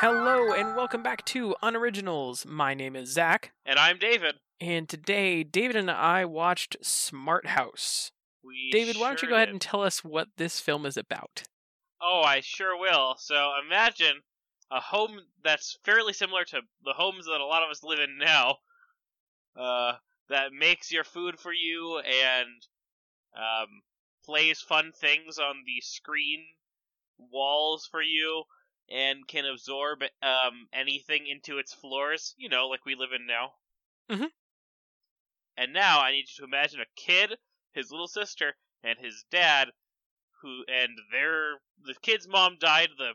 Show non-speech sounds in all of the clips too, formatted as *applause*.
Hello and welcome back to Unoriginals. My name is Zach, And I'm David. and today David and I watched Smart House. We David, why don't you sure go ahead did. and tell us what this film is about? Oh, I sure will. So imagine a home that's fairly similar to the homes that a lot of us live in now. Uh, that makes your food for you and um, plays fun things on the screen walls for you and can absorb um, anything into its floors. You know, like we live in now. Mhm. And now I need you to imagine a kid, his little sister, and his dad who and their the kid's mom died the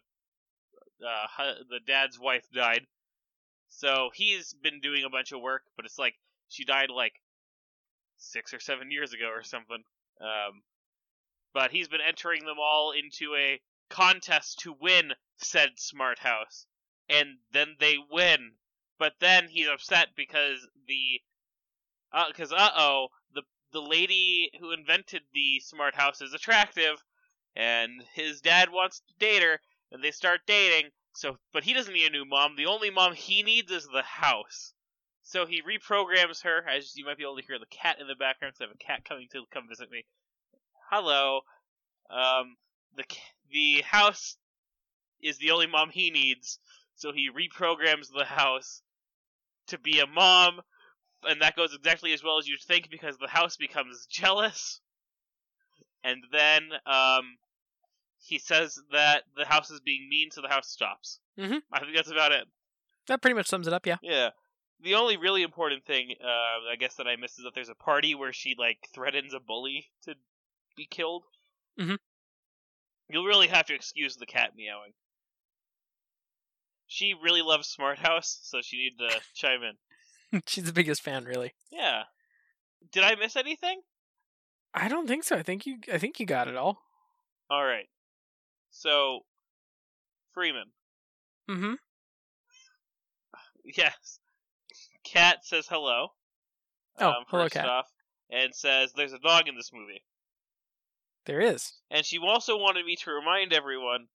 uh, hu- the dad's wife died so he's been doing a bunch of work but it's like she died like six or seven years ago or something um, but he's been entering them all into a contest to win said smart house and then they win but then he's upset because the uh, cause uh oh, the the lady who invented the smart house is attractive, and his dad wants to date her, and they start dating. So, but he doesn't need a new mom. The only mom he needs is the house. So he reprograms her. As you might be able to hear the cat in the background, 'cause I have a cat coming to come visit me. Hello. Um, the c- the house is the only mom he needs. So he reprograms the house to be a mom and that goes exactly as well as you'd think because the house becomes jealous. And then um, he says that the house is being mean, so the house stops. Mhm. I think that's about it. That pretty much sums it up, yeah. *laughs* Yeah. The only really important thing, uh, I guess, that I missed is that there's a party where she like threatens a bully to be killed. Mhm. You'll really have to excuse the cat meowing. She really loves Smart House, so she needed to chime in. She's the biggest fan, really. Yeah. Did I miss anything? I don't think so. I think you I think you got it all. All right. So, Freeman. Mm-hmm. Yes. Cat says hello. um, Oh, hello, first Kat. Off, and says there's a dog in this movie. There is. And she also wanted me to remind everyone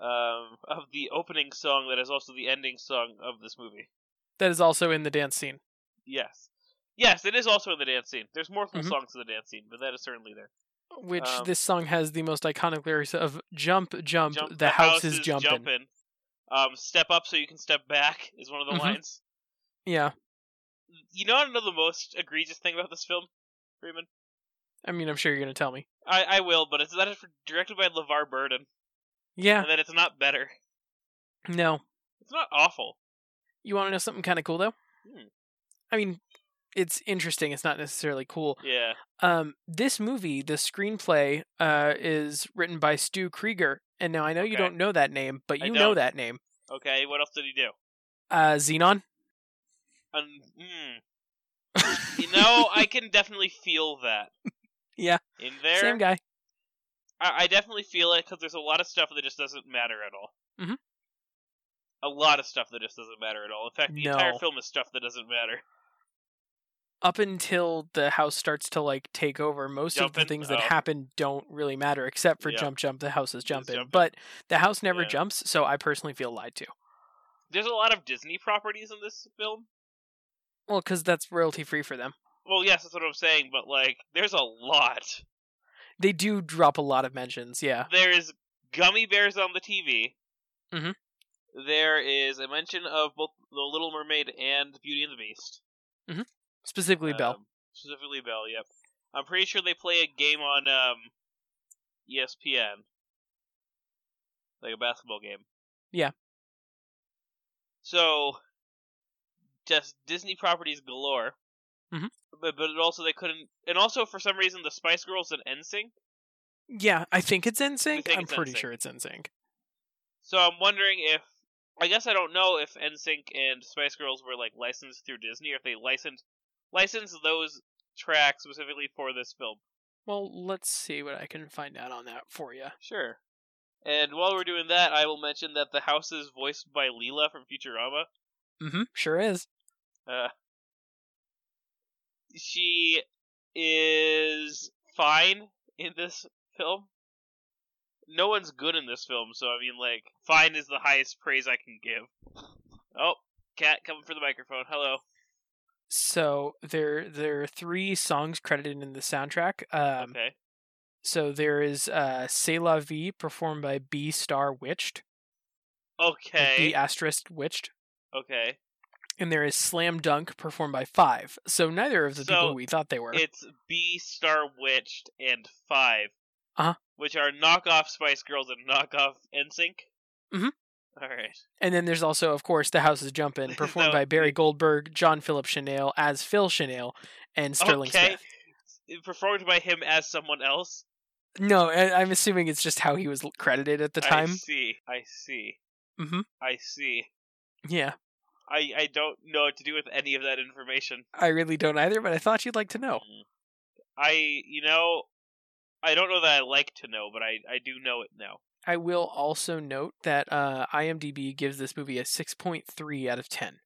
um, of the opening song that is also the ending song of this movie. That is also in the dance scene. Yes. Yes, it is also in the dance scene. There's multiple Mhm. songs in the dance scene, but that is certainly there. Which Um, this song has the most iconic lyrics of jump, jump, Um, the, house, is jumping. Um, step up so you can step back *laughs* is one of the Mhm. lines. Yeah. you know, I know the most egregious thing about this film, Freeman. I mean I'm sure you're gonna tell me. I, I will, but it's that it's directed by LeVar Burton, Yeah. *laughs* and that it's not better. No. It's not awful. You want to know something kind of cool though? Hmm. I mean, it's interesting. It's not necessarily cool. Yeah. Um, this movie, the screenplay, uh, is written by Stu Krieger, and now I know you Okay. don't know that name, but I you know don't. that name. Okay. What else did he do? Uh, Xenon. Um, mm, you *laughs* know, I can definitely feel that. Yeah. In there, Same guy. I, I definitely feel it because there's a lot of stuff that just doesn't matter at all. Mhm. A lot of stuff that just doesn't matter at all. In fact, the entire No. film is stuff that doesn't matter. Up until the house starts to like take over, most of Jumpin'? the things that Oh. happen don't really matter, except for Yeah. jump, jump. The house is jumping, jumpin'. but the house never Yeah. jumps, so I personally feel lied to. There's a lot of Disney properties in this film. Well, because that's royalty free for them. Well, yes, that's what I'm saying, but like, there's a lot. They do drop a lot of mentions. Yeah. There is gummy bears on the TV. Mhm. There is a mention of both The Little Mermaid and Beauty and the Beast. Specifically, Belle. Um, specifically Belle, yep. I'm pretty sure they play a game on um, E ESPN. Like a basketball game. Yeah. So, just Disney properties galore. Mhm. But, but it also they couldn't. And also, for some reason, the Spice Girls and NSYNC Yeah, I think it's in sync. think I'm it's pretty NSYNC. sure it's in sync. So I'm wondering if I guess I don't know if NSYNC and Spice Girls were like licensed through Disney or if they licensed licensed those tracks specifically for this film. Well, let's see what I can find out on that for you. Sure. And while we're doing that, I will mention that the house is voiced by Leela from Futurama. Mm-hmm. Sure is. Uh, she is fine in this film. no one's good in this film, so I mean, like, fine is the highest praise I can give. Oh, cat coming for the microphone. Hello. So there there are three songs credited in the soundtrack. Um, okay. So there is uh, "C'est la vie" performed by B Star Witched, like B Okay. asterisk Witched, Okay. and there is "Slam Dunk" performed by Five. So neither of the So, people we thought they were. It's B Star Witched and Five. Uh-huh. Which are knockoff Spice Girls and knockoff NSYNC. Mhm. All right. And then there's also, of course, "The House Is *laughs* Jumpin'" performed No, by Barry it- Goldberg, John Philip Chanel as Phil Chanel, and Sterling okay. Smith. Performed by him as someone else. No, I, I'm assuming it's just how he was l- credited at the I time. see. I see. Mhm. I see. Yeah, I, I don't know what to do with any of that information. I really don't either, but I thought you'd like to know. Mm. I you know, I don't know that I like to know, but I I do know it now. I will also note that uh, IMDb gives this movie a 6.3 out of 10.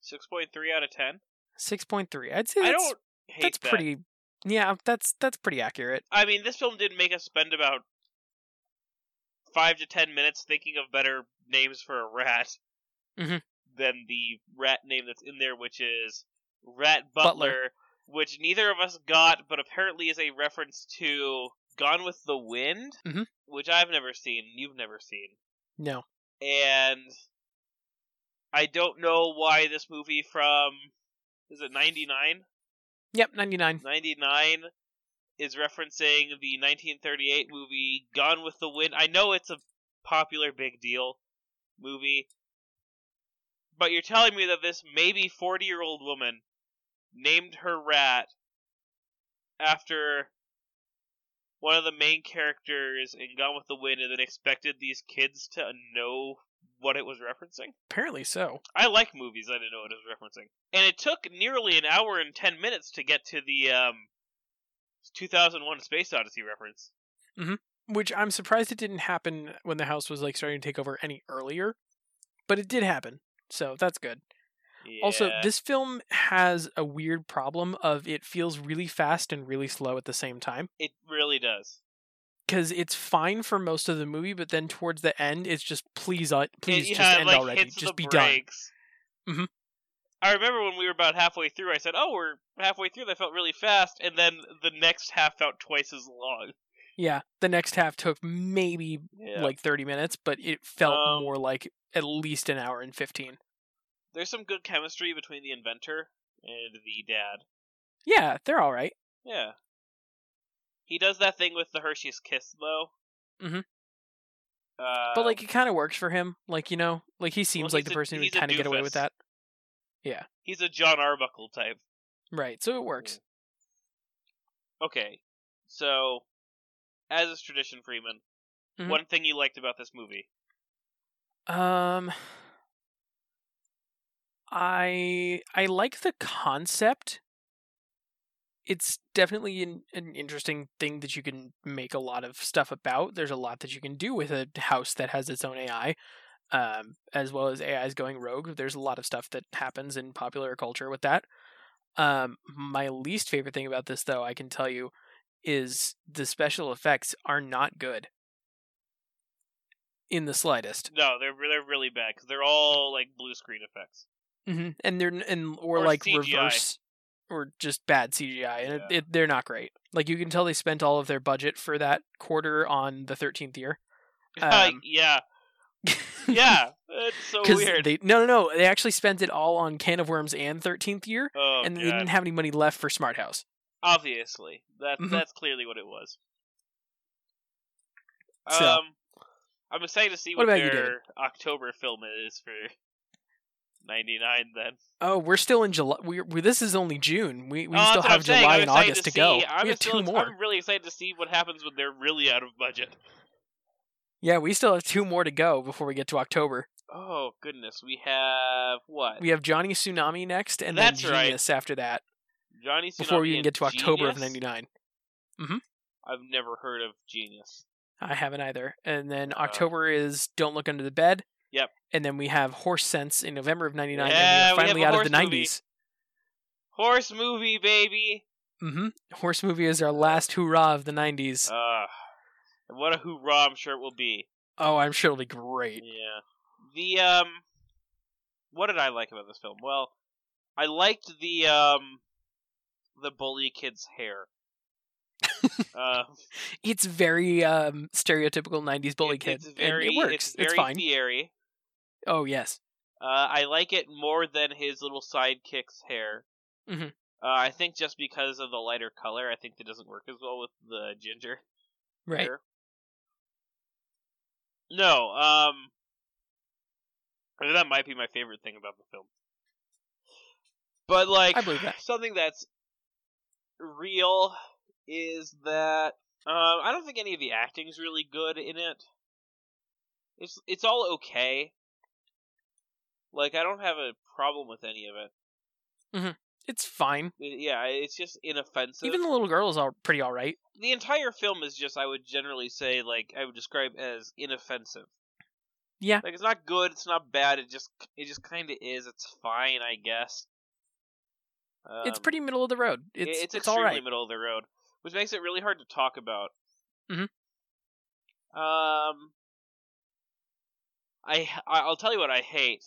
Six point three out of ten. 6.3. I'd say I that's, don't hate that's that. pretty. Yeah, um, that's that's pretty accurate. I mean, this film did make us spend about five to ten minutes thinking of better names for a rat Mhm. than the rat name that's in there, which is Rat Butler, Butler. which neither of us got, but apparently is a reference to Gone with the Wind, Mhm. which I've never seen, you've never seen. No. and I don't know why this movie from is it 99 Yep, 99. 99 is referencing the 1938 movie Gone with the Wind. I know it's a popular big deal movie, but you're telling me that this maybe 40-year-old woman named her rat after one of the main characters in Gone with the Wind and then expected these kids to know what it was referencing? Apparently so. I like movies. I didn't know what it was referencing. And it took nearly an hour and ten minutes to get to the um, 2001 Space Odyssey reference. Which I'm surprised it didn't happen when the house was like starting to take over any earlier, but it did happen. So that's good. Also, Yeah. this film has a weird problem of it feels really fast and really slow at the same time it really does. because it's fine for most of the movie, but then towards the end, it's just please, uh, please it, just yeah, it, end like, already, Hits just the be done. brakes. Mhm. I remember when we were about halfway through. I said, "Oh, we're halfway through." That felt really fast, and then the next half felt twice as long. Yeah, the next half took maybe Yeah. like 30 minutes, but it felt Um, more like at least an hour and 15. There's some good chemistry between the inventor and the dad. Yeah, they're all right. Yeah. He does that thing with the Hershey's kiss though. Mhm. Uh, But like it kind of works for him, like you know, like he seems like he's the a- person who would he's a kind of get away with that. doofus. he's a John Arbuckle type. Right. So it works. Okay, so as is tradition, Freeman, Mhm. one thing you liked about this movie, Um I I like the concept. It's definitely an, an interesting thing that you can make a lot of stuff about. There's a lot that you can do with a house that has its own AI, um, as well as AIs going rogue. There's a lot of stuff that happens in popular culture with that. Um, my least favorite thing about this, though, I can tell you, is the special effects are not good in the slightest. no, they're they're really bad because they're all like blue screen effects. *laughs* hmm And they're n- and or, Or like CGI. reverse or just bad CGI, and it, Yeah. it, they're not great. Like you can tell they spent all of their budget for that quarter on the thirteenth year. Um, *laughs* yeah, yeah, it's so 'Cause Oh, weird. they no no no they actually spent it all on Can of Worms and thirteenth year, oh and god, they didn't have any money left for Smart House. obviously that Mhm. that's clearly what it was. So. Um, I'm excited to see What what, about you, their October film is for '99. Then Oh, we're still in July. We, we this is only June. We we Oh, still that's what have I'm saying. July I'm and excited August to, see. go. I'm we have still- two more. I'm really excited to see what happens when they're really out of budget. Yeah, we still have two more to go before we get to October. Oh goodness, we have what? We have Johnny Tsunami next, and That's then right. Genius after that. Johnny Tsunami Before we even and get to October of Genius? '99. I've never heard of Genius. I haven't either. And then Uh, October is Don't Look Under the Bed. Yep. And then we have Horse Sense in November of 99. and we are Yeah, we have finally a out of the horse movie. 90s. Horse movie, baby. Mm-hmm. hmm Horse movie is our last hurrah of the 90s. Uh, And what a hoorah! I'm sure it will be. Oh, I'm sure it'll be great. Yeah. The um, what did I like about this film? Well, I liked the um, the bully kid's *laughs* hair. uh, It's very um stereotypical 90s bully it- kid. It's and very, it works. It's, very fine. Fiery. Oh, yes. Uh, I like it more than his little sidekick's hair. Mhm. Uh, I think just because of the lighter color, I think it doesn't work as well with the ginger. Right. Sure. No, um, I mean, that might be my favorite thing about the film. But like, I believe that. something that's real is that um, I don't think any of the acting's really good in it. It's it's all okay. Like I don't have a problem with any of it. It's fine. It- yeah, it's just inoffensive Even the little girl is all pretty all right. the entire film is just I would generally say like I would describe as inoffensive. Yeah. Like it's not good, it's not bad, it just it just kind of is. It's fine, I guess. it's Um, pretty middle of the road. it- It's it's, all extremely right. middle of the road, which makes it really hard to talk about. Mhm. Um I h- I- I'll tell you what I hate.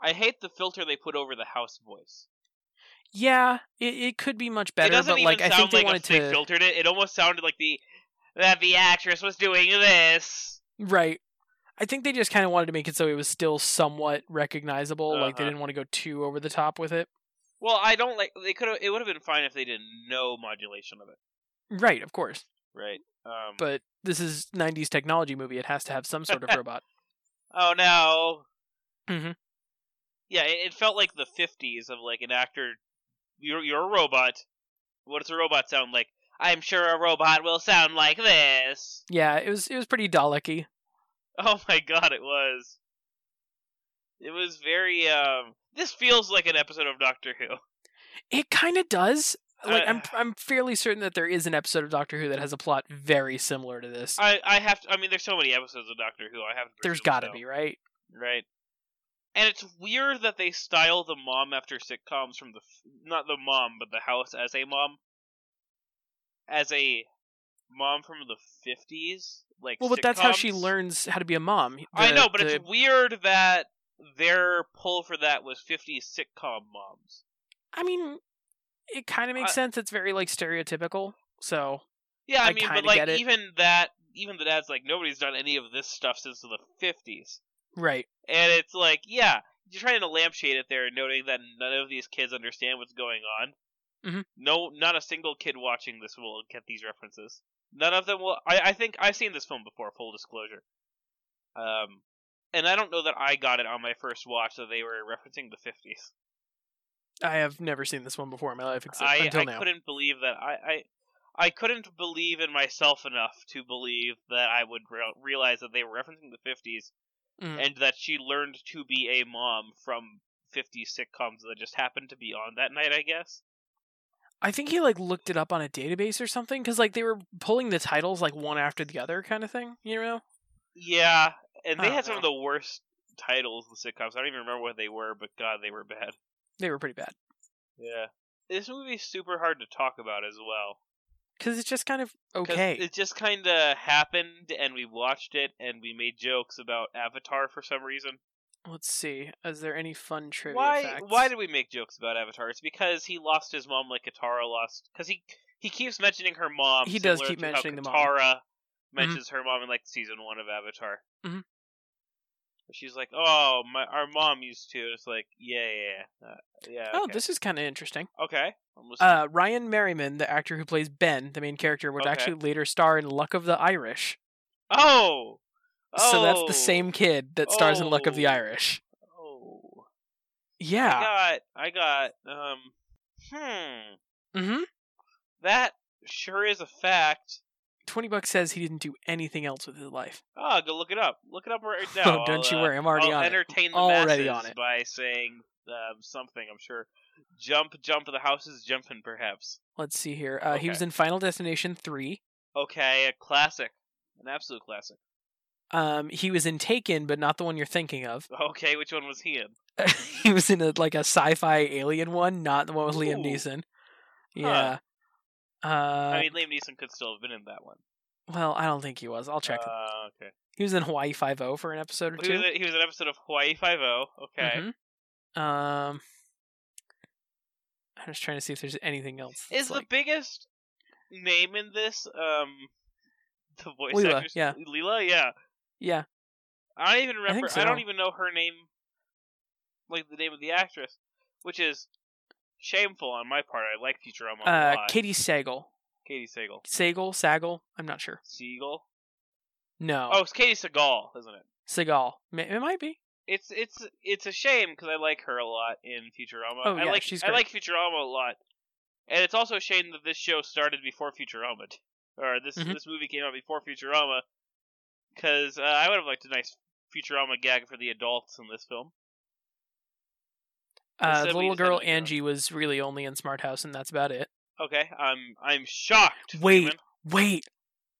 I hate the filter they put over the house voice. Yeah, it, it could be much it better, doesn't but even like I think sound they like wanted a, they to filtered it. It almost sounded like the that the actress was doing this. right. I think they just kind of wanted to make it so it was still somewhat recognizable. Like they Uh-huh. didn't want to go too over the top with it. Well, I don't like they could have. It would have been fine if they did no modulation of it, Right, of course. right? Um, But this is 90s technology movie. It has to have some sort of *laughs* robot. oh no, Mm-hmm. Mhm. yeah, it, it felt like the '50s of like an actor. You're you're a robot. What does a robot sound like? I'm sure a robot will sound like this. *laughs* Yeah, it was it was pretty Dalek-y. Oh my god, it was. It was very. Um, this feels like an episode of Doctor Who. It kind of does. Like I'm Uh. I'm fairly certain that there is an episode of Doctor Who that has a plot very similar to this. I I have to. I mean, there's so many episodes of Doctor Who. I have to. There's presume got to so. be, right? Right. And it's weird that they style the mom after sitcoms from the f- not the mom, but the house as a mom, as a mom from the fifties. Like, Well, but that's how she sitcoms. learns how to be a mom. I The- know, but the- it's weird that their pull for that was fifties sitcom moms. I mean, it kind of makes I- sense. It's very like stereotypical. So Yeah, I, I mean, but kinda like get it. even that, even the dad's like nobody's done any of this stuff since the fifties. right, And it's like, yeah, you're trying to lampshade it there, noting that none of these kids understand what's going on. Mhm. No, not a single kid watching this will get these references. None of them will. I, I think I've seen this film before, full disclosure. Um, and I don't know that I got it on my first watch that they were referencing the 50s. I have never seen this one before in my life except I, until I now. couldn't believe that I, I I couldn't believe in myself enough to believe that I would re- realize that they were referencing the 50s Mhm. and that she learned to be a mom from 50 sitcoms that just happened to be on that night, I guess. I think he like looked it up on a database or something because like they were pulling the titles like one after the other kind of thing. You know? Yeah, and I they don't had some of know. the worst titles the sitcoms. I don't even remember what they were, but god, they were bad. They were pretty bad Yeah. This movie's super hard to talk about as well. because it's just kind of 'Cause okay. It just kind of happened, and we watched it, and we made jokes about Avatar for some reason. Let's see. Is there any fun trivia why facts? why did we make jokes about Avatar? It's because he lost his mom like Katara lost because he he keeps mentioning her mom. He does similar keep to how mentioning the mom. Mm-hmm. Katara mentions her mom in like season one of Avatar. Mhm. She's like, "Oh, my our mom used to." It's like, yeah, yeah, yeah. Uh, yeah. Oh, okay. this is kind of interesting. okay. I'm listening. Uh, Ryan Merriman, the actor who plays Ben, the main character, would Okay. actually later star in Luck of the Irish. oh, oh, So that's the same kid that stars in Luck of the Oh. Irish. Oh, Yeah. I got, I got. Um, hmm, Mm-hmm. that sure is a fact. Twenty bucks says he didn't do anything else with his life. Oh, go look it up. Look it up right *laughs* Oh, now. don't I'll, you uh, worry, I'm already I'll on it. entertain the Already masses on it. by saying um, something. I'm sure. Jump, jump. The house is jumping, perhaps. Let's see here. Uh, He Okay. was in Final Destination three. Okay, a classic, an absolute classic. *laughs* Um, he was in Taken, but not the one you're thinking of. *laughs* Okay, which one was he in? he was in a, like a sci-fi alien one, not the one with Liam Ooh. Neeson. Yeah. Uh, I mean, Liam Neeson could still have been in that one. Well, I don't think he was. I'll check. Uh, okay. he was in Hawaii Five O for an episode or He was, two. in- he was in an episode of Hawaii Five O. Okay. Mhm. Um, I'm just trying to see if there's anything else. Is that's the like- biggest name in this um *laughs* the voice Leela, actress? yeah. Leela, yeah. yeah? I don't even remember. I, think don't so. even know her name, like the name of the actress, which is shameful on my part. I like Futurama a Uh, lot. Katie Sagal, Katie Sagal. Sagal, Sagal. I'm not sure. Siegel. No, Oh, it's Katie Sagal, isn't it? Sagal. Ma- It might be. It's it's it's a shame because I like her a lot in Futurama. Oh, I yeah, like she's I like Futurama a lot, and it's also a shame that this show started before Futurama, d- or this Mhm. this movie came out before Futurama, because uh, I would have liked a nice Futurama gag for the adults in this film. Uh, said the we little just had girl to go. Angie was really only in Smart House, and that's about it. Okay, I'm I'm shocked. Wait. Freeman. Wait,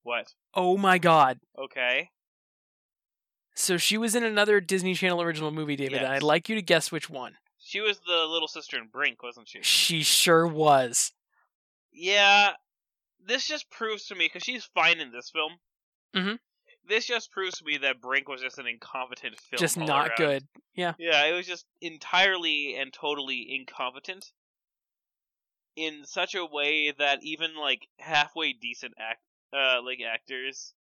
what? oh my God! Okay, So she was in another Disney Channel original movie, David. And Yes. I'd like you to guess which one. she was the little sister in Brink, wasn't she? She sure was. Yeah, this just proves to me because she's fine in this film. Mhm. This just proves to me that Brink was just an incompetent film. Just all not around. good. Yeah, it was just entirely and totally incompetent. In such a way that even like halfway decent act, uh, like actors,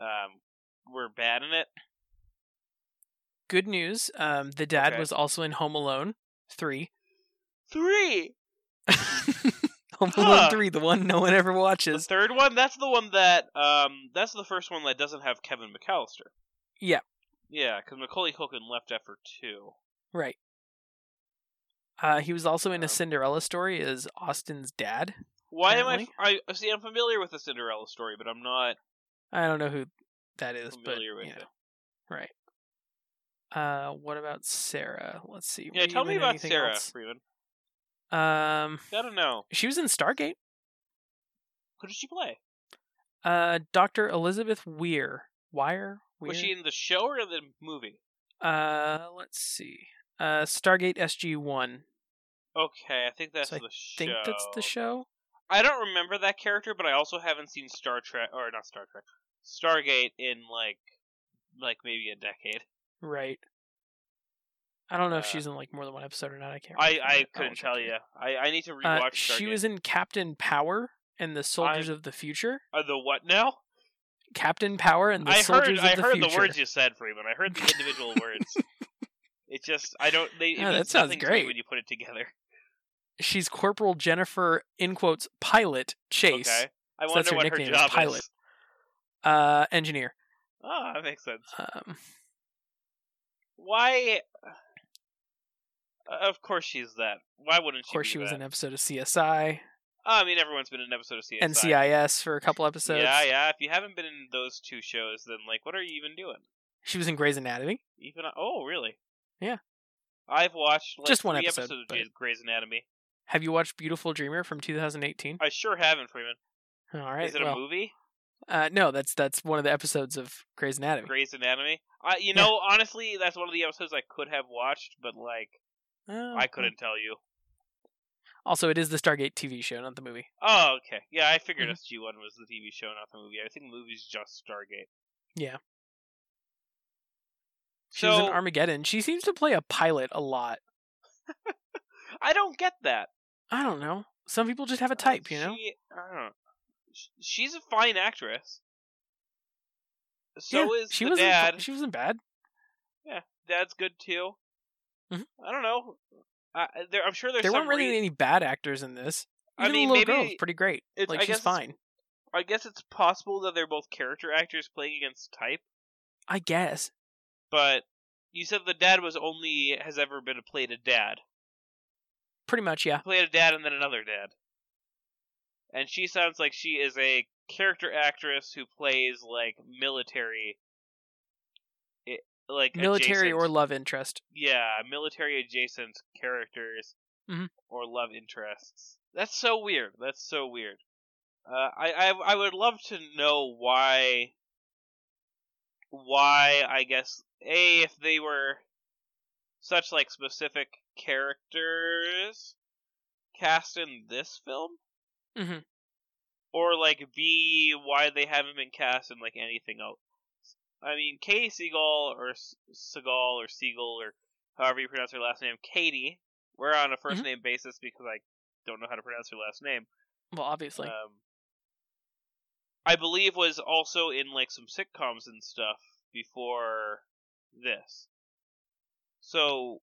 um, were bad in it. Good news. Um, the dad Okay. was also in Home Alone three. *laughs* Three, Home Huh. Alone three, the one no one ever the watches. third one. That's the one that um, that's the first one that doesn't have Kevin McAllister. Yeah. Yeah, because Macaulay Culkin left after two. Right. Uh, he was also in Um, a Cinderella story as Austin's dad. Why am I, f- I? See, I'm familiar with the Cinderella story, but I'm not I don't know who that is, but familiar with you know. it. right. Uh, what about Sarah? Let's see. Yeah, Were tell you me in about anything Sarah else? Freeman. Um, Gotta know she was in Stargate. who did she play? Uh, Doctor Elizabeth Weir. Wire. Weir? Was she in the show or the movie? Uh, let's see. Uh, Stargate SG One. Okay, I think that's So I the show. Think that's the show. I don't remember that character, but I also haven't seen Star Trek or not Star Trek, Stargate in like like maybe a decade. Right. I don't know if Uh, she's in like more than one episode or not. I can't. I remember. I will couldn't check tell here. you. I I need to Uh, rewatch Stargate. she was in Captain Power and the Soldiers of the Future. uh, the what now? Captain Power and the I heard Soldiers I of the heard Future. the words you said, Freeman. I heard the *laughs* individual words. It just I don't. They, it Yeah, that means sounds nothing to me great. when you put it *laughs* together. She's Corporal Jennifer in quotes pilot Chase, Okay. I So wonder that's her what her nickname is job Pilot. is. uh, engineer. Oh, that makes sense. Um, Why? Uh, of course she's that. Why wouldn't of she? course, be she was that? Ah, in an episode of CSI, I mean, everyone's been in an episode of CSI. NCIS for a couple episodes. Yeah, yeah. If you haven't been in those two shows, then like, what are you even doing? She was in Grey's Anatomy. Even oh, really? Yeah. I've watched like, Just one three episode, episodes but- of Grey's Anatomy. Have you watched Beautiful Dreamer from 2018? I sure haven't, Freeman. All right. Is it well, a movie? Uh, no, that's that's one of the episodes of Grey's Anatomy. Grey's Anatomy. I, you Yeah. know, honestly, that's one of the episodes I could have watched, but like, Oh, I couldn't tell you. Also, it is the Stargate TV show, not the movie. Oh, okay. Yeah, I figured Mhm. SG One was the TV show, not the movie. I think the movie's just Stargate. Yeah. She was So in Armageddon. She seems to play a pilot a lot. I don't get that. Uh, I don't know. Some people just have a type, you know. She, I don't. Sh- She's a fine actress. So Yeah, is she the wasn't. dad. She wasn't bad. Dad's good too. Mhm. I don't know. I, I- there, I'm sure there's there some weren't really rea- any bad actors in this. I Even mean, the little maybe girl was pretty great. it's- like I guess she's it's- fine. I guess it's possible that they're both character actors playing against type. I guess. But you said the dad was only has ever been played a dad. Pretty much, yeah. played a dad and then another dad. And she sounds like she is a character actress who plays like military, i- like Military adjacent, or love interest. yeah, military adjacent characters Mhm. or love interests. That's so weird. That's so weird. Uh, I, I I would love to know why why I guess a if they were such like specific characters cast in this film Mhm. or like B why they haven't been cast in like anything else. I mean, Katie Seagal or S- Seagal or Seagal or however you pronounce her last name, Katie. We're on a 1st name basis because I don't know how to pronounce her last name. Well, obviously. um, I believe was also in like some sitcoms and stuff before this. So,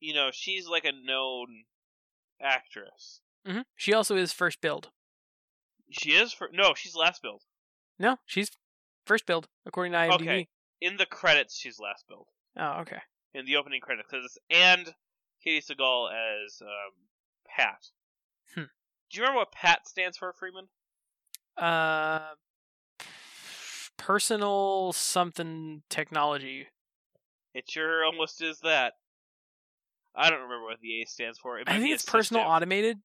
you know, she's like a known actress. hmm She also is first build. She is for no, she's last build. No, she's first build according to IMDb. Okay. In the credits, she's last build Oh, okay. in the opening credits 'cause it's- and Katie Seagal as um, Pat. Hmm. Do you remember what Pat stands for, Freeman? Uh, personal something technology. It sure almost is that. I don't remember what the A stands for. It might I be think it's personal assistive. automated.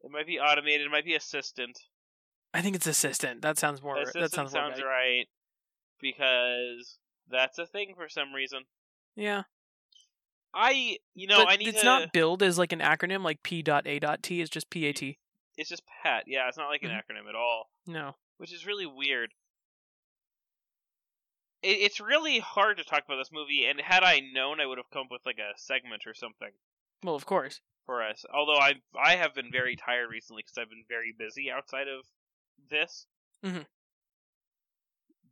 It might be automated. It might be assistant. I think it's assistant. That sounds more. assistant that sounds, more right. right because that's a thing for some reason. Yeah. I, you know, but I need it's to. not build as like an acronym like P.A.T. It's just PAT. It's just Pat. Yeah, it's not like an Mhm. acronym at all, No. which is really weird. It, it's really hard to talk about this movie, and had I known, I would have come up with like a segment or something Well, of course. for us. Although I, I have been very tired recently because I've been very busy outside of this. Mhm.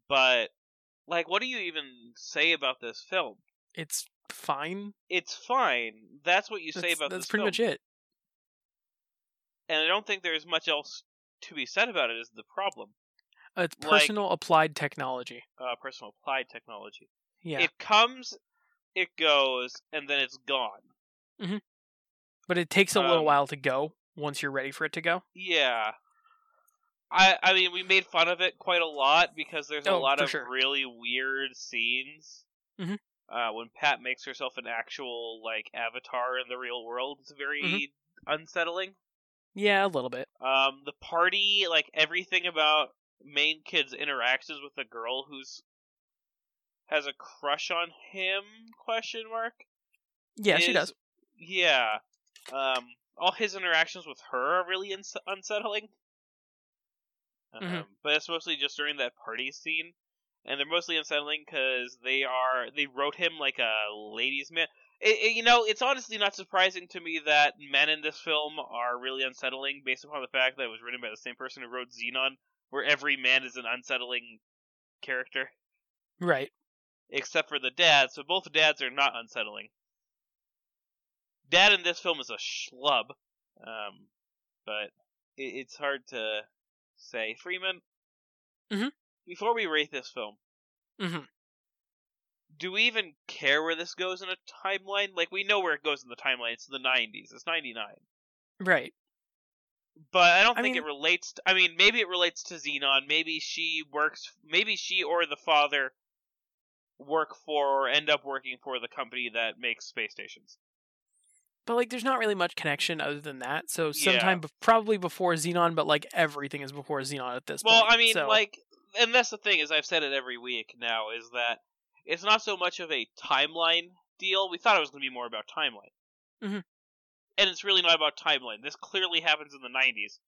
But, like, what do you even say about this film? It's fine. it's fine. That's what you say That's- about that's this pretty film. much it. And I don't think there's much else to be said about it. Is the problem Uh, It's Like- personal applied technology. uh, personal applied technology? Yeah. It comes, it goes, and then it's gone. but it takes a little um, while to go once you're ready for it to go. Yeah. I I mean we made fun of it quite a lot because there's a Oh, lot for of sure. really weird scenes. Mhm. Uh, when Pat makes herself an actual like avatar in the real world, Mm-hmm. it's very unsettling. Yeah, a little bit. Um, the party, like everything about main kid's interactions with the girl who's has a crush on him? Question mark. Yeah, she is- does. Yeah. Um, all his interactions with her are really ins- unsettling. Um, Mhm. But it's mostly just during that party scene, and they're mostly unsettling because they are they wrote him like a ladies' man. It, it- you know, it's honestly not surprising to me that men in this film are really unsettling, based upon the fact that it was written by the same person who wrote Xenon, where every man is an unsettling character Right. except for the dad, so both dads are not unsettling. Dad in this film is a schlub, um, but it, it's hard to say. Freeman, Mhm. before we rate this film, hmm do we even care where this goes in a timeline? Like, we know where it goes in the timeline. It's the 90s, it's 99. Right. But I don't I think mean- it relates. To, I mean, maybe it relates to Xenon. Maybe she works. Maybe she or the father work for or end up working for the company that makes space stations. But like, there's not really much connection other than that. So Yeah. sometime, bef- probably before Xenon, but like everything is before Xenon at this Well, point. I mean, so- like, and that's the thing is I've said it every week now is that it's not so much of a timeline deal. We thought it was going to be more about timeline, Mhm. and it's really not about timeline. This clearly happens in the '90s.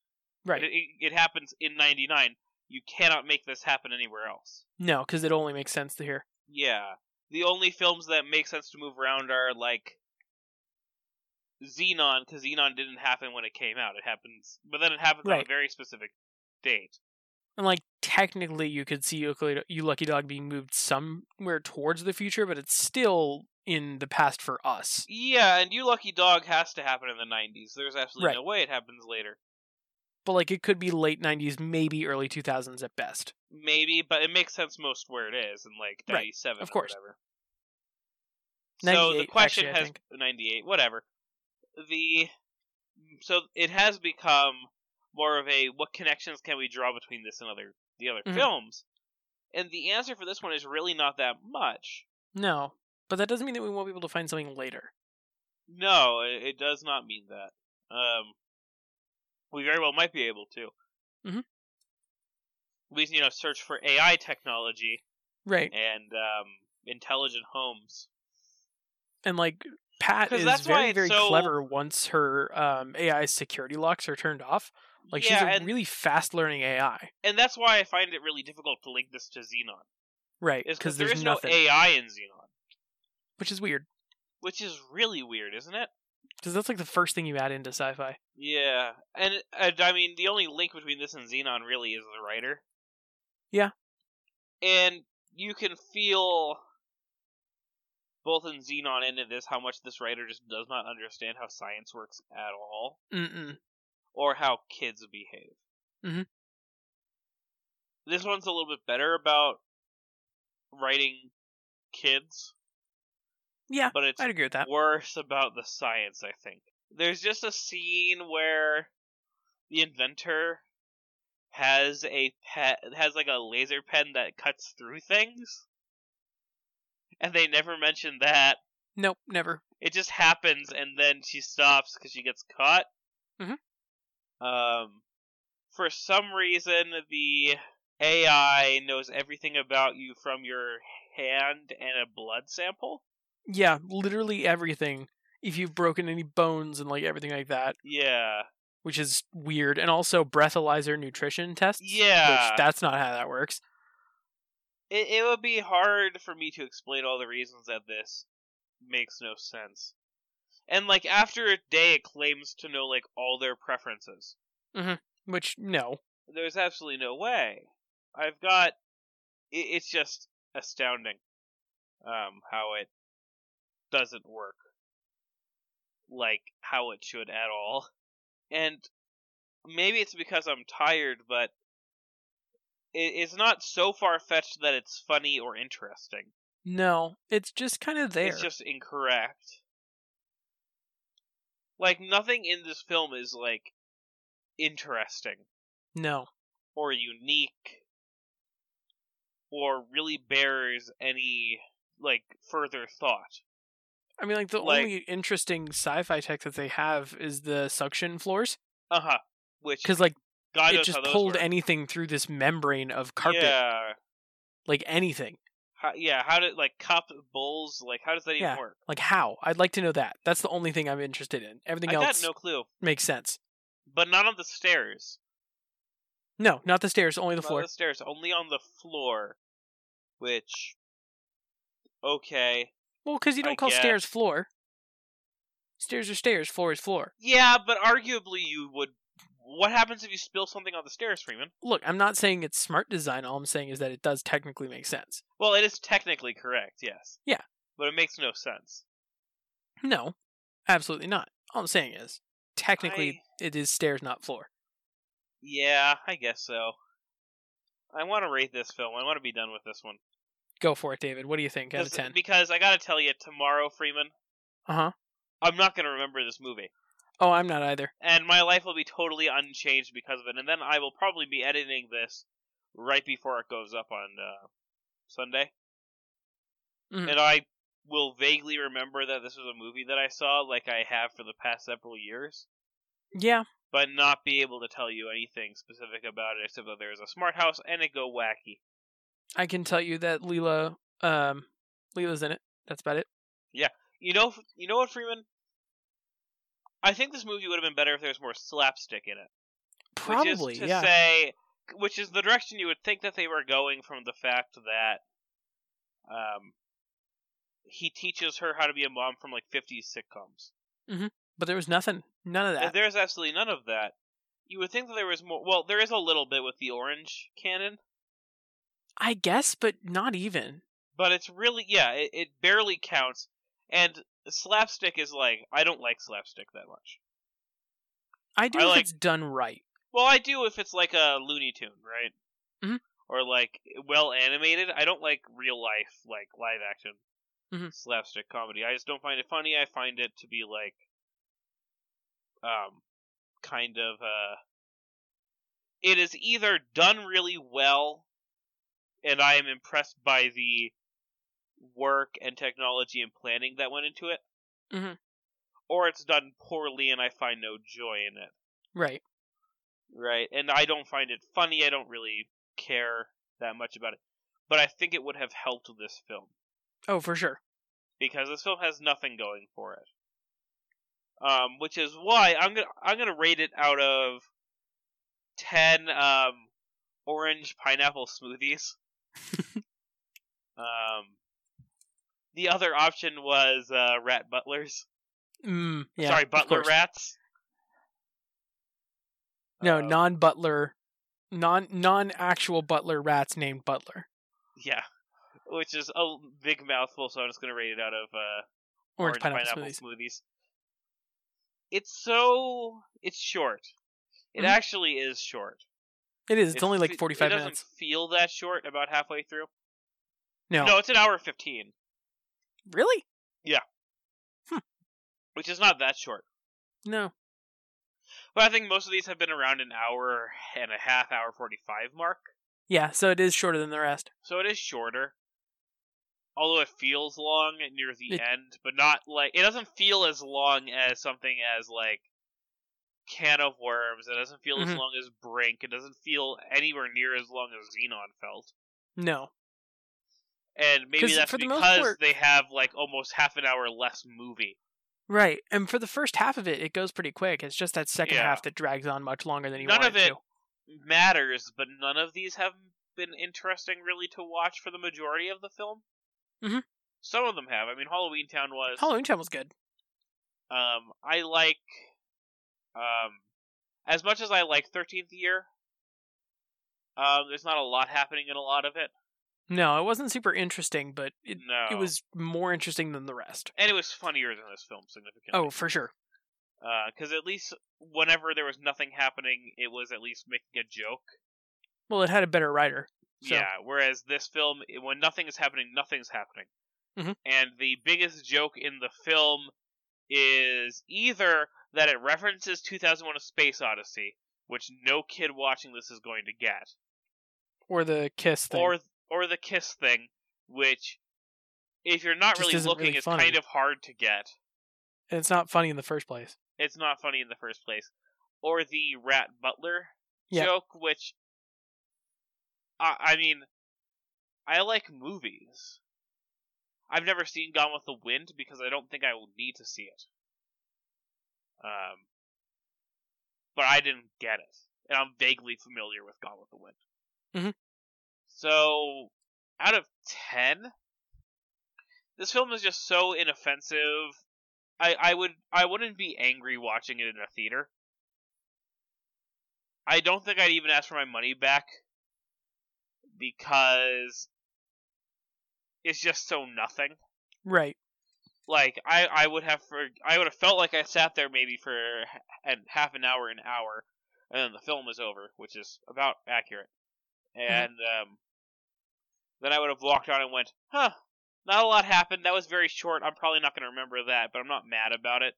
right? It, it, it happens in '99. You cannot make this happen anywhere else. no, because it only makes sense to here. Yeah, the only films that make sense to move around are like Xenon, because Xenon didn't happen when it came out. It happens, but then it happens on a Right. very specific date. And like, technically, you could see you, you Lucky Dog being moved somewhere towards the future, but it's still in the past for us. Yeah, and You Lucky Dog has to happen in the 90s. There's absolutely Right. no way it happens later. But like, it could be late '90s, maybe early 2000s at best. Maybe, but it makes sense most where it is, in like Right, 97 of course. or whatever. So the 98, question actually, I has think. 98, whatever. The so it has become more of a what connections can we draw between this and other the other Mhm. films? And the answer for this one is really not that much. No, but that doesn't mean that we won't be able to find something later. No, it, it does not mean that. Um, we very well might be able to. Mhm. We you know search for AI technology Right. and um, intelligent homes. And like Pat 'Cause is that's why very it's very so- clever once her um AI security locks are turned off. Like yeah, she's a and, really fast learning AI, and that's why I find it really difficult to link this to Xenon. right? Is Because there there's is nothing, no AI in Xenon, which is weird which is really weird, isn't it? because that's like the first thing you add into sci-fi. Yeah, and uh, I mean the only link between this and Xenon really is the writer. Yeah. and you can feel both in Xenon and in this how much this writer just does not understand how science works at all, Mm-mm. or how kids behave. Mhm. This one's a little bit better about writing kids, Yeah, but it's I'd agree with that. worse about the science, I think. There's just a scene where the inventor has a pet has like a laser pen that cuts through things. And they never mention that. Nope, never. It just happens and then she stops cuz she gets caught. Mhm. Um for some reason the AI knows everything about you from your hand and a blood sample. Yeah, literally everything. If you've broken any bones and like everything like that, Yeah. which is weird, and also breathalyzer nutrition tests. Yeah. which that's not how that works. it, it would be hard for me to explain all the reasons that this makes no sense. And like after a day, it claims to know like all their preferences. Which no, There's absolutely no way. I've got. i it's just astounding, um, how it doesn't work. Like how it should at all, and maybe it's because I'm tired, but it, it's not so far fetched that it's funny or interesting. no, it's just kind of there. It's just incorrect. Like nothing in this film is like interesting no, or unique or really bears any like further thought. I mean like the Like- only interesting sci-fi tech that they have is the suction floors Uh-huh. Which because like God it knows just how those pulled work. anything through this membrane of carpet, Yeah. like anything. How, yeah, how did like cup bowls like how does that even Yeah. work? Like how? I'd like to know that. That's the only thing I'm interested in. Everything I got else no clue. makes sense. But not on the stairs. No, not the stairs, only the Not floor. the stairs, only on the floor. Which okay. Well, because you don't I call guess. stairs floor. Stairs are stairs. Floor is floor. Yeah, but arguably you would. What happens if you spill something on the stairs, Freeman? Look, I'm not saying it's smart design. All I'm saying is that it does technically make sense. Well, it is technically correct, yes. Yeah. But it makes no sense. No, absolutely not. All I'm saying is technically it is stairs, not floor. Yeah, I guess so. I want to rate this film. I want to be done with this one. Go for it, David. What do you think out of This- ten? Because I gotta tell you, tomorrow, Freeman, Uh huh. I'm not gonna remember this movie. Oh, I'm not either. And my life will be totally unchanged because of it. And then I will probably be editing this right before it goes up on uh, Sunday. Mhm. And I will vaguely remember that this was a movie that I saw, like I have for the past several years, Yeah, but not be able to tell you anything specific about it except that there is a smart house and it go wacky. I can tell you that Leela, um, Leela's in it. That's about it. You know, you know what, Freeman? I think this movie would have been better if there was more slapstick in it. Probably, which is to yeah. say, which is the direction you would think that they were going from the fact that um, he teaches her how to be a mom from like 50s sitcoms. but there was nothing, none of And that. there's absolutely none of that. You would think that there was more. Well, there is a little bit with the orange cannon, I guess, but not even. but it's really yeah, it, it barely counts. And slapstick is like I don't like slapstick that much. I do I if like- it's done right. Well, I do if it's like a Looney Tune, right? Mhm. Or like well animated. I don't like real life, like live action Mhm. slapstick comedy. I just don't find it funny. I find it to be like, um, kind of uh, it is either done really well, and I am impressed by the work and technology and planning that went into it, Mhm. or it's done poorly, and I find no joy in it Right. right? And I don't find it funny. I don't really care that much about it. But I think it would have helped this film Oh, for sure. because this film has nothing going for it. Um, which is why I'm gonna I'm gonna rate it out of ten um, orange *laughs* pineapple smoothies. um, the other option was uh, rat butlers. Mm, yeah, Sorry, of butler course. rats. No, Um, non butler, non non actual butler rats named Butler Yeah, which is a big mouthful, so I'm just gonna rate it out of uh, orange, pineapple, smoothies. smoothies. It's so it's short. It Mhm. actually is short. It is. It's, It only fe- like forty five It doesn't minutes. feel that short about halfway through. No. No, it's an hour fifteen, really? which is not that short. No. But I think most of these have been around an hour and a half, hour forty-five mark. Yeah, so it is shorter than the rest. So it is shorter. Although it feels long near the It- end, but not like it doesn't feel as long as something as like Can of Worms. It doesn't feel as Mhm. long as Brink. It doesn't feel anywhere near as long as Xenon felt. No. And maybe 'Cause that's for the most because part- they have like almost half an hour less movie. Right. And for the first half of it, it goes pretty quick. It's just that second Yeah. half that drags on much longer than you None want of it- to. Matters, but none of these have been interesting really to watch for the majority of the film. Mhm. Some of them have. I mean, Halloween Town was. Halloween Town was good. Um, I like, um, as much as I like Thirteenth Year. Um, there's not a lot happening in a lot of it. No, it wasn't super interesting, but it no, it was more interesting than the rest. and it was funnier than this film significantly. Oh, for sure. because at least whenever there was nothing happening, it was at least making a joke. Well, it had a better writer. So- Yeah. Whereas this film, i- when nothing is happening, nothing's happening. Mhm. And the biggest joke in the film is either that it references 2001: A Space Odyssey, which no kid watching this is going to get, Or the kiss thing. or or the kiss thing, which if you're not Just really isn't looking, really is funny. kind of hard to get. it's not funny in the first place. It's not funny in the first place, or the Rat Butler Yeah. joke, which I, I mean, I like movies. I've never seen Gone with the Wind because I don't think I will need to see it. Um, but I didn't get it, and I'm vaguely familiar with Gone with the Wind. Mhm. So, out of ten, this film is just so inoffensive. I, I would I wouldn't be angry watching it in a theater. I don't think I'd even ask for my money back because it's just so nothing. Right. Like I, I would have for I would have felt like I sat there maybe for and half an hour, an hour, and then the film is over, which is about accurate. And um, then I would have walked on and went, huh, not a lot happened. That was very short. I'm probably not going to remember that, but I'm not mad about it.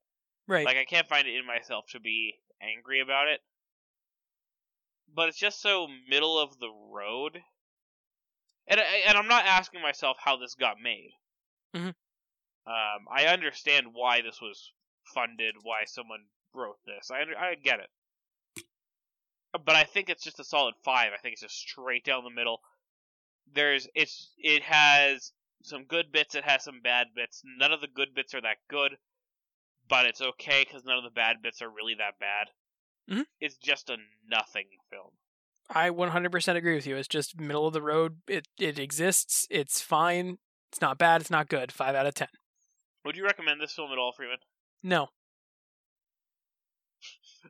Right. Like I can't find it in myself to be angry about it. But it's just so middle of the road. And I, and I'm not asking myself how this got made. Mhm. Um, I understand why this was funded, why someone wrote this. I under, I get it. But I think it's just a solid five. I think it's just straight down the middle. There's it's it has some good bits. It has some bad bits. None of the good bits are that good but it's okay because none of the bad bits are really that bad. Mhm. It's just a nothing film. I 100% agree with you. It's just middle of the road. It it exists. It's fine. It's not bad. It's not good. 5 out of 10. Would you recommend this film at all, Freeman? No.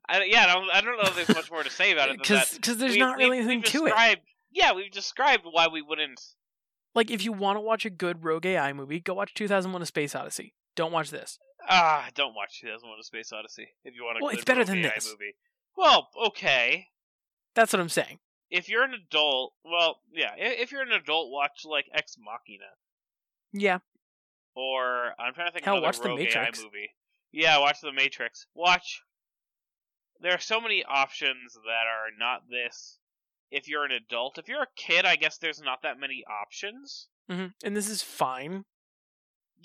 I, yeah, I don't, I don't know if there's much more to say about it. than Cuz that. cuz there's We- not we- really we've anything to it. described- Yeah, we've described why we wouldn't. Like if you want to watch a good rogue AI movie, go watch 2001: A Space Odyssey. Don't watch this. Ah, don't watch 2001: A Space Odyssey if you want to. Well, it's better than AI this. movie. Well, okay. That's what I'm saying. If you're an adult, well, yeah. i- If you're an adult, watch like Ex Machina, Yeah. or I'm trying to think Hell, of another watch The rogue Matrix. AI movie. Yeah, watch The Matrix. Watch. There are so many options that are not this. If you're an adult, if you're a kid, I guess there's not that many options. hmm And this is fine.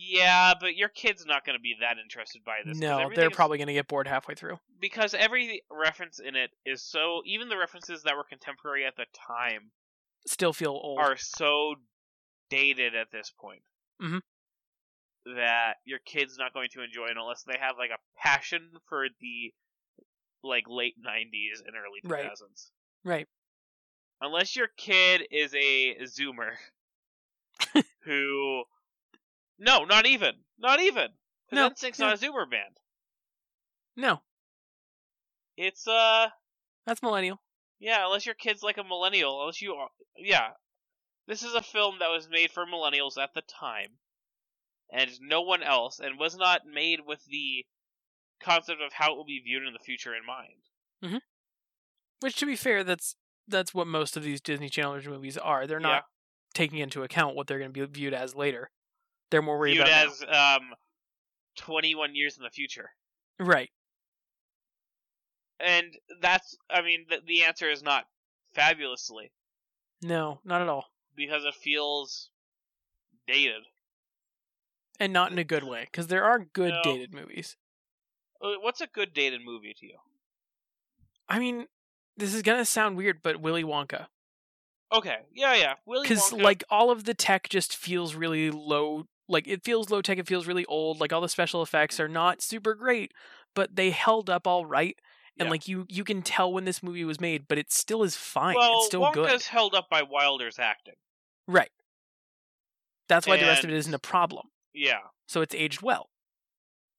Yeah, but your kid's not going to be that interested by this. 'cause No, they're everything's- probably going to get bored halfway through. because every reference in it is so. Even the references that were contemporary at the time Still feel old. are so dated at this point Mhm. Mm-hmm. that your kid's not going to enjoy it unless they have like a passion for the like late '90s and early 2000s. Right. Right. Unless your kid is a *laughs* Zoomer who. No, not even. Not even. 'Cause No, Instinct's no. not a Zoomer band. No, It's, uh. that's millennial. Yeah, unless your kid's like a millennial, unless you are. Yeah. This is a film that was made for millennials at the time, and no one else, and was not made with the concept of how it will be viewed in the future in mind. Which, to be fair, that's that's what most of these Disney Channel movies are. They're not taking into account what they're going to be viewed as later. They're more worried viewed about as um, 21 years in the future. now. right. And that's, I mean, the, the answer is not fabulously, No, not at all, because it feels dated. and not in a good way because there are good No. dated movies. Uh, What's a good dated movie to you? I mean, this is gonna sound weird, but Willy Wonka. Okay, yeah, yeah. Willy because Wonka. like all of the tech just feels really low like it feels low tech it feels really old like all the special effects are not super great but they held up all right and Yeah. like you you can tell when this movie was made but it still is fine well, it's still Wonka's good held up by Wilder's acting. right that's why the rest of it And- isn't a problem Yeah, so it's aged well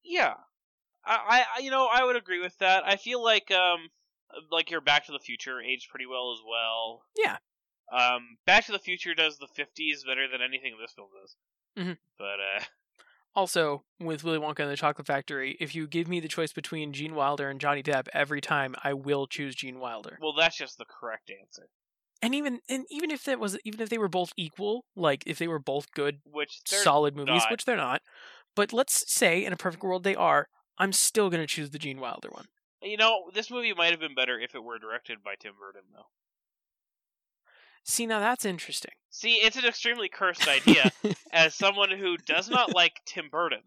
yeah. I, I, I- you know, I would agree with that. I feel like, um, like your Back to the Future aged pretty well as well. Yeah. Um, Back to the Future does the '50s better than anything this film does. Mhm. But uh, *laughs* also with willy wonka and the chocolate factory if you give me the choice between gene wilder and johnny depp every time i will choose gene wilder Well, that's just the correct answer. and even and even if that was even if they were both equal like if they were both good Which they're solid movies, not. which they're not. But let's say in a perfect world they are. I'm still going to choose the Gene Wilder one. you know, this movie might have been better if it were directed by Tim Burton, though. See, now that's interesting. See, it's an extremely cursed idea. as someone who does *laughs* not like Tim Burton,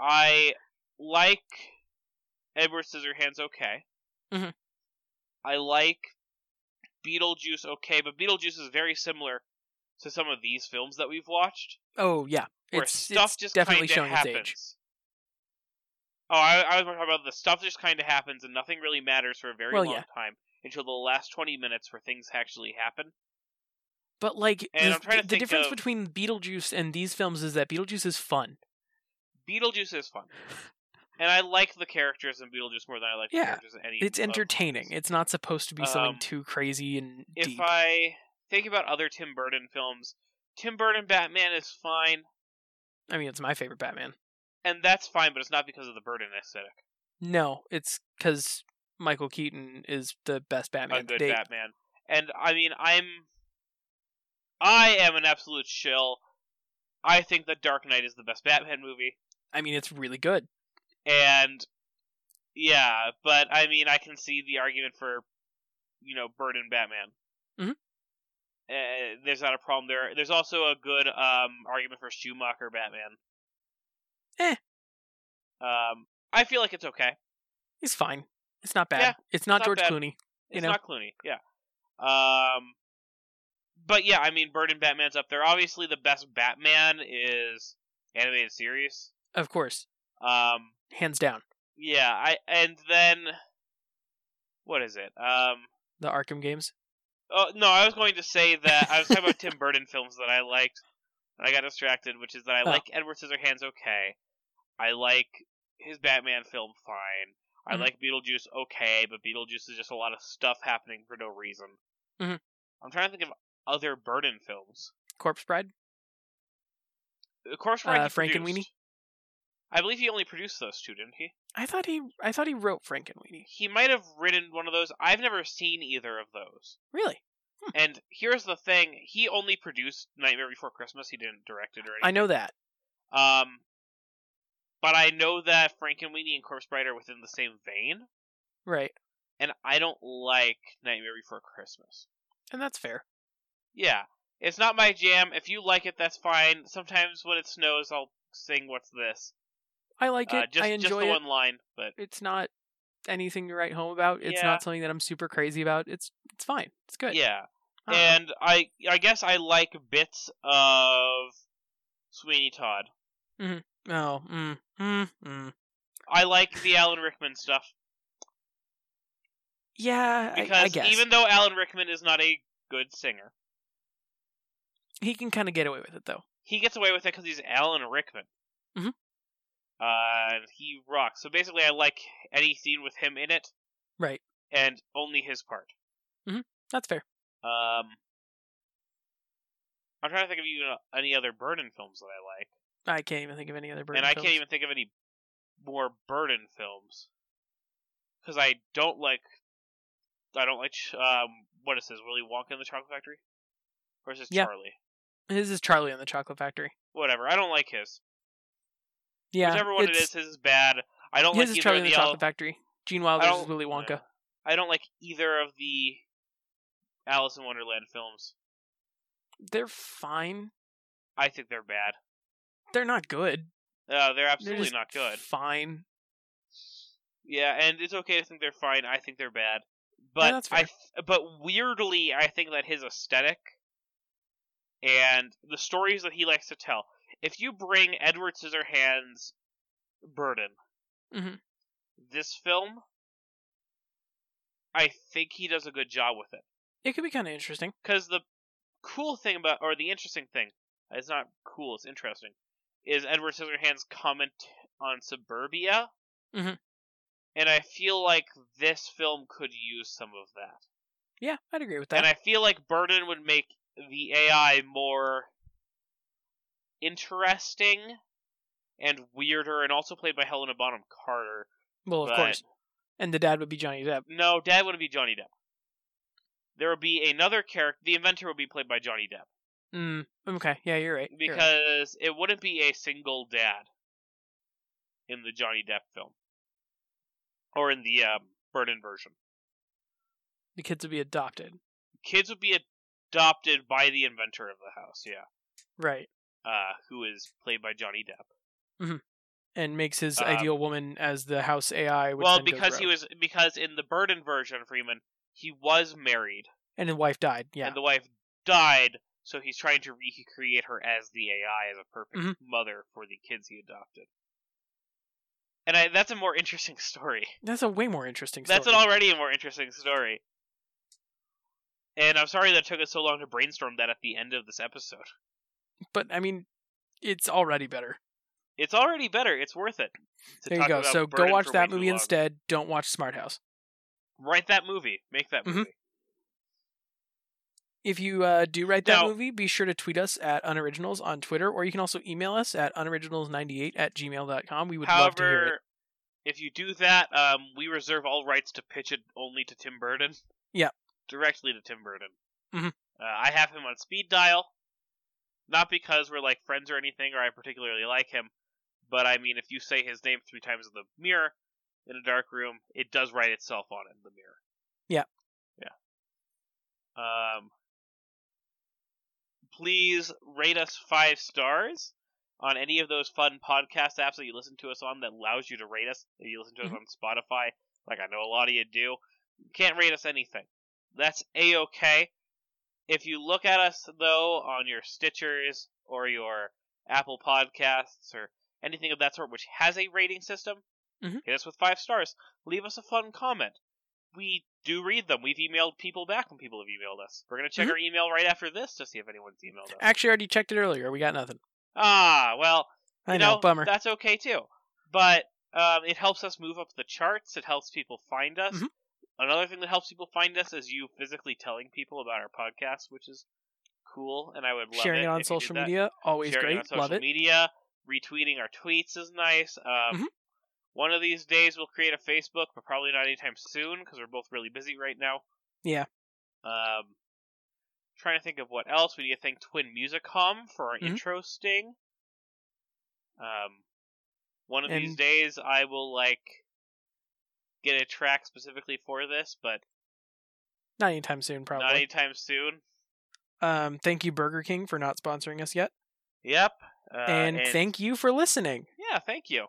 I like Edward Scissorhands. Okay, Mhm. I like Beetlejuice. Okay, but Beetlejuice is very similar to some of these films that we've watched. *laughs* Oh yeah, where it's, stuff it's just definitely kinda showing happens. its age. Oh, I, I was talking about the stuff just kind of happens and nothing really matters for a very Well, long yeah. time until the last twenty minutes where things actually happen. But like, And the, I'm trying to the think difference of- between Beetlejuice and these films is that Beetlejuice is fun. Beetlejuice is fun, and I like the characters in Beetlejuice more than I like Yeah. the characters in any. It's of- entertaining. It's not supposed to be something Oh. Um, too crazy and If deep. I think about other Tim Burton films, Tim Burton Batman is fine, I mean, it's my favorite Batman. and that's fine, but it's not because of the Burton aesthetic. No, it's because Michael Keaton is the best Batman. a to good date. Batman. And I mean, I'm, I am an absolute shill. I think The Dark Knight is the best Batman movie, I mean, it's really good. and yeah, but I mean, I can see the argument for, you know, Bird and Batman. Mhm. Uh, there's not a problem there. There's also a good um argument for Schumacher Batman. Eh. Um, I feel like it's okay. It's fine. It's not bad. Yeah, it's not, not George bad. Clooney. you It's know? not Clooney, yeah. Um, but yeah, I mean, Bird and Batman's up there. Obviously, the best Batman is animated series. Of course, Um, hands down, yeah, I and then what is it? Um, the Arkham games. oh no, I was going to say that I was talking about Tim *laughs* Burton films that I liked. And I got distracted, which is that I Oh. like Edward Scissorhands okay. I like his Batman film fine. I Mhm. like Beetlejuice okay, but Beetlejuice is just a lot of stuff happening for no reason. Mhm. I'm trying to think of other Burton films. Corpse Bride. Of course, Uh, Frank, Frank and Weenie? I believe he only produced those two, didn't he? I thought he I thought he wrote Frank and Weenie. He might have written one of those. I've never seen either of those. Really? And here's the thing: he only produced Nightmare Before Christmas. He didn't direct it or I anything. know that. Um, but I know that Frank and Weenie and Corpse Bride are within the same vein, Right. and I don't like Nightmare Before Christmas. And that's fair. Yeah, it's not my jam. If you like it, that's fine. Sometimes when it snows, I'll sing "What's This." I like it. uh, just I just enjoy the it. one line, but It's not anything to write home about. It's Yeah. not something that I'm super crazy about. It's it's fine. It's good. Um, Uh-huh. yeah. I don't know. and I I guess I like bits of Sweeney Todd. Oh, mm, mm, mm. I like the Alan Rickman stuff. Yeah, I- I, Because guess even though Alan Rickman is not a good singer, he can kind of get away with it though. he gets away with it because he's Alan Rickman. Mhm. Uh, and he rocks. So basically, I like any scene with him in it. Right. And only his part. That's fair. Um, I'm trying to think of even uh, any other Burden films that I like, I can't even think of any other. Burton and I films. can't even think of any more Burden films because I don't like. I don't like Ch- um what is this Willy Wonka and the Chocolate Factory, or is this Yeah. Charlie? His is Charlie and the Chocolate Factory. Whatever. I don't like his. Yeah, Whichever one it it's- is, his is bad. I don't His like is either Charlie of and the the Al- Chocolate Factory. Gene Wilder's is don't- Willy Wonka. I don't like either of the Alice in Wonderland films. They're fine. I think they're bad. They're not good. Uh, they're They're absolutely just not good. Fine. Yeah, and it's okay to think they're fine. I think they're bad, Yeah, but that's I th- but weirdly, I think that his aesthetic and the stories that he likes to tell. If you bring Edward Scissorhands, Burden, Mhm. this film, I think he does a good job with it. It could be kind of interesting. Because the cool thing about, or the interesting thing, it's not cool, it's interesting, is Edward Scissorhands' comment on suburbia. Mhm. And I feel like this film could use some of that. Yeah, I'd agree with that. And I feel like Burden would make the AI more interesting and weirder, and also played by Helena Bonham Carter. well, of but- course. And the dad would be Johnny Depp. No, Dad wouldn't be Johnny Depp. There would be another character. The inventor would be played by Johnny Depp. Mm, okay, yeah, you're right. you're right. because it wouldn't be a single dad in the Johnny Depp film or in the um, Burden version. the kids would be adopted, Kids would be adopted by the inventor of the house, yeah, right? uh, who is played by Johnny Depp. And makes his Um, ideal woman as the house AI. Which well, then goes because he rogue. was because in the Burden version, Freeman he was married and his wife died. Yeah, and the wife died, so he's trying to recreate her as the AI as a perfect Mhm. mother for the kids he adopted. And I, that's a more interesting *laughs* story. that's a way more interesting. That's an story. already a more interesting story. And I'm sorry that it took us so long to brainstorm that at the end of this episode. But I mean, it's already better. It's already better. It's worth it. to There you talk go. about So go Burden watch for that way too movie long. instead. Don't watch Smart House. Write that movie. Make that Mhm. movie. If you uh, do write that Now- movie, be sure to tweet us at unoriginals on Twitter, or you can also email us at unoriginals98 at gmail.com. We would love to hear it. However, if you do that, um, we reserve all rights to pitch it only to Tim Burton. Yeah. Directly to Tim Burton. Mhm. Uh, I have him on speed dial. Not because we're like friends or anything, or I particularly like him, but I mean, if you say his name three times in the mirror in a dark room, it does write itself on in the mirror. Yeah. Yeah. Um. Please rate us five stars on any of those fun podcast apps that you listen to us on that allows you to rate us. If you listen to us on Spotify, like I know a lot of you do, you can't rate us anything. That's a okay. If you look at us though on your Stitchers or your Apple Podcasts or anything of that sort which has a rating system, Mhm. hit us with five stars. Leave us a fun comment. We do read them. We've emailed people back when people have emailed us. We're gonna check Mhm. our email right after this to see if anyone's emailed us. Actually, I already checked it earlier. We got nothing. Ah, well, I you know, know, bummer. That's okay too. But um, it helps us move up the charts. It helps people find us. Mhm. Another thing that helps people find us is you physically telling people about our podcast, which is cool, and I would love Sharing it it on if you did social that. media, always Sharing great. it on social love it. media, retweeting our tweets is nice. Um, Mhm. One of these days we'll create a Facebook, but probably not anytime soon because we're both really busy right now. Yeah. Um, trying to think of what else. We need to thank Twin Musicom for our Mhm. intro sting. Um, one of these And- days I will like get a track specifically for this, but Not anytime soon, probably. not anytime soon. Um, thank you, Burger King, for not sponsoring us yet. Yep. Uh, and, thank you for listening. yeah, thank you.